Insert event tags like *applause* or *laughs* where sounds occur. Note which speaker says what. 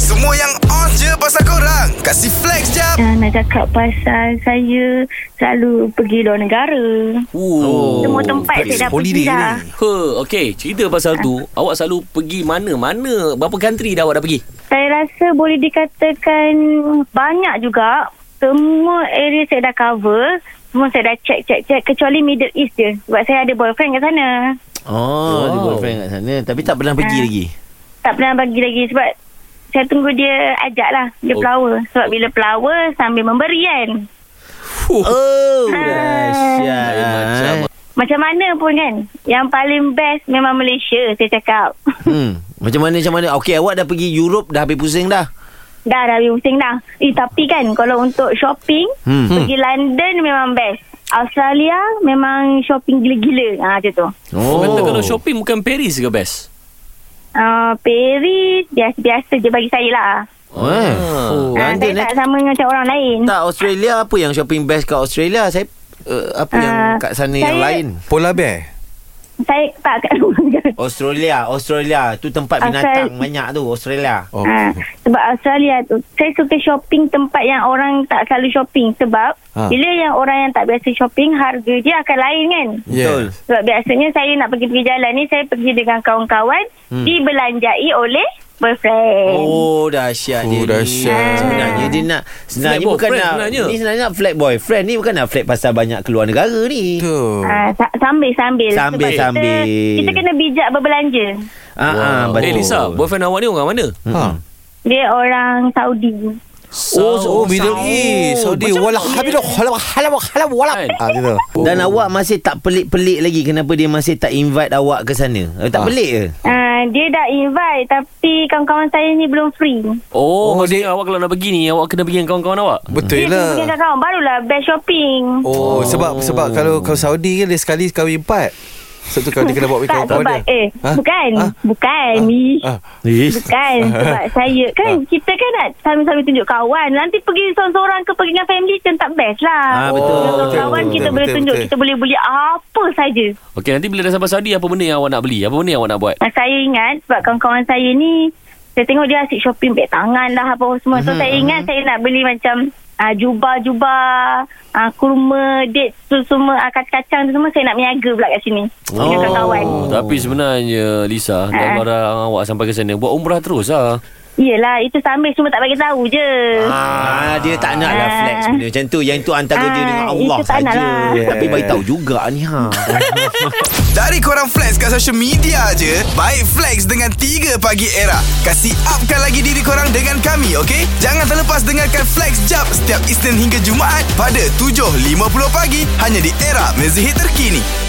Speaker 1: Semua yang on je pasal korang Kasih flex jap
Speaker 2: Uh, nak cakap pasal saya selalu pergi luar negara.
Speaker 3: Oh.
Speaker 2: Semua tempat
Speaker 3: Balik
Speaker 2: saya dah
Speaker 4: holiday
Speaker 2: pergi
Speaker 4: kan?
Speaker 2: dah.
Speaker 4: ni.
Speaker 3: Ha, okey, cerita pasal tu. Awak selalu pergi mana-mana? Berapa country dah awak dah pergi?
Speaker 2: Saya rasa boleh dikatakan banyak juga. Semua area saya dah cover. Semua saya dah check, check, check. Kecuali Middle East je. Sebab saya ada boyfriend kat sana.
Speaker 4: Oh, ada
Speaker 3: Wow.
Speaker 4: girlfriend kat sana Tapi tak pernah pergi
Speaker 2: Ah.
Speaker 4: lagi
Speaker 2: Tak pernah bagi lagi sebab saya tunggu dia ajak lah. Dia
Speaker 3: Oh.
Speaker 2: oh. flower. Sebab bila flower sambil memberi kan.
Speaker 4: Oh
Speaker 2: Ah.
Speaker 4: Dahsyat
Speaker 3: Lain macam.
Speaker 2: Macam mana pun kan. Yang paling best memang Malaysia saya cakap. *laughs*
Speaker 4: hmm. Macam mana macam mana Okey awak dah pergi Europe Dah habis pusing dah
Speaker 2: dah dah habis pusing dah. Eh tapi kan kalau untuk shopping.
Speaker 4: Hmm.
Speaker 2: Pergi London memang best. Australia memang shopping gila-gila. Ha, macam tu.
Speaker 3: Oh. Kata kalau shopping bukan Paris ke best?
Speaker 2: Uh, Paris biasa-biasa je bagi saya lah.
Speaker 4: Eh.
Speaker 3: Oh.
Speaker 2: Ah,
Speaker 4: London
Speaker 2: saya
Speaker 4: eh.
Speaker 2: tak sama dengan macam orang lain.
Speaker 4: Tak Australia apa yang shopping best kat Australia? Saya uh, apa uh,
Speaker 2: Ah,
Speaker 4: yang kat sana yang
Speaker 2: saya-
Speaker 4: lain?
Speaker 1: Polar bear
Speaker 2: Saya tak kat *laughs*
Speaker 4: Australia, Australia tu tempat
Speaker 2: Ah,
Speaker 4: binatang
Speaker 2: Australia.
Speaker 4: banyak tu Australia.
Speaker 1: oh.
Speaker 2: Ah, sebab Australia tu saya suka shopping tempat yang orang tak selalu shopping sebab
Speaker 1: Ah.
Speaker 2: bila yang orang yang tak biasa shopping harga dia akan lain kan.
Speaker 4: Betul.
Speaker 1: Yes
Speaker 2: Sebab biasanya saya nak pergi-pergi jalan ni saya pergi dengan kawan-kawan
Speaker 4: Hmm.
Speaker 2: dibelanjai oleh boyfriend.
Speaker 4: Oh dahsyat
Speaker 1: Oh,
Speaker 4: dia ni.
Speaker 1: dahsyat.
Speaker 4: Sebenarnya dia nak sebenarnya
Speaker 3: Flat
Speaker 4: bukan
Speaker 3: boyfriend
Speaker 4: nak
Speaker 3: sebenarnya.
Speaker 4: ni sebenarnya nak flat boyfriend ni bukan nak flat pasal banyak keluar negara ni.
Speaker 1: Betul
Speaker 2: Ah, sa- sambil-sambil.
Speaker 4: Sambil,
Speaker 2: Sebab
Speaker 4: sambil.
Speaker 2: Kita, kita kena bijak berbelanja.
Speaker 4: Ha ah
Speaker 3: Wow. Eh Lisa, boyfriend awak ni orang mana?
Speaker 1: ha.
Speaker 2: Dia orang Saudi.
Speaker 1: Oh, oh, Middle
Speaker 3: Saudi.
Speaker 1: East Saudi Walah habidah Halah halah halah Walah
Speaker 3: Kan?
Speaker 1: Ah, gitu.
Speaker 4: Dan awak masih tak pelik-pelik lagi kenapa dia masih tak invite awak ke sana? Eh, Tak
Speaker 1: Ah.
Speaker 4: pelik ke?
Speaker 2: Uh, dia dah invite tapi kawan-kawan saya ni belum free.
Speaker 1: Oh,
Speaker 3: Oh, maksudnya awak kalau nak pergi ni, awak kena pergi dengan kawan-kawan awak?
Speaker 1: Betul
Speaker 2: Dia kena pergi
Speaker 1: lah
Speaker 2: dengan kawan barulah best shopping.
Speaker 1: Oh, sebab sebab kalau kalau Saudi kan dia sekali kahwin empat. Satu kali dia kena bawa pergi
Speaker 2: tak
Speaker 1: kawan-kawan
Speaker 2: sebab
Speaker 1: dia.
Speaker 2: eh
Speaker 1: Ha?
Speaker 2: bukan
Speaker 1: Ha?
Speaker 2: bukan ni.
Speaker 1: Ah,
Speaker 4: *laughs*
Speaker 2: Bukan sebab saya kan
Speaker 4: Ah.
Speaker 2: kita kan nak sambil-sambil tunjuk kawan. Nanti pergi seorang-seorang ke pergi dengan family kan tak best lah.
Speaker 4: Ah,
Speaker 2: Dengan
Speaker 4: betul. Betul,
Speaker 2: kawan
Speaker 1: betul,
Speaker 2: kita
Speaker 1: betul,
Speaker 2: boleh
Speaker 1: betul,
Speaker 2: tunjuk
Speaker 1: betul.
Speaker 2: kita boleh beli apa saja.
Speaker 3: Okey, nanti bila dah sampai Saudi, apa benda yang awak nak beli? Apa benda yang awak nak buat?
Speaker 2: Ah, Saya ingat sebab kawan-kawan saya ni saya tengok dia asyik shopping beg tangan lah apa semua. So
Speaker 4: Mhm,
Speaker 2: saya ingat saya nak beli macam uh, jubah-jubah, uh, kurma, date tu semua, uh, kacang-kacang tu semua saya nak meniaga pula kat sini. Oh. Dengan kawan-kawan.
Speaker 3: Oh, tapi sebenarnya Lisa,
Speaker 2: Ha.
Speaker 3: kalau dah awak sampai ke sana, buat umrah terus lah.
Speaker 2: Yelah, itu sambil cuma tak bagi tahu je.
Speaker 4: Ah, dia tak nak lah
Speaker 2: Ah.
Speaker 4: flex benda macam tu. Yang tu antara dia
Speaker 2: Ah,
Speaker 4: dengan Allah
Speaker 2: itu tak nak
Speaker 4: saja.
Speaker 1: lah.
Speaker 4: Tapi bagi tahu juga ni ha.
Speaker 1: *laughs* Dari korang flex kat social media je Baik flex dengan 3 pagi era Kasih upkan lagi diri korang dengan kami okay? Jangan terlepas dengarkan flex jap Setiap Isnin hingga Jumaat Pada 7.50 pagi Hanya di era mezihit terkini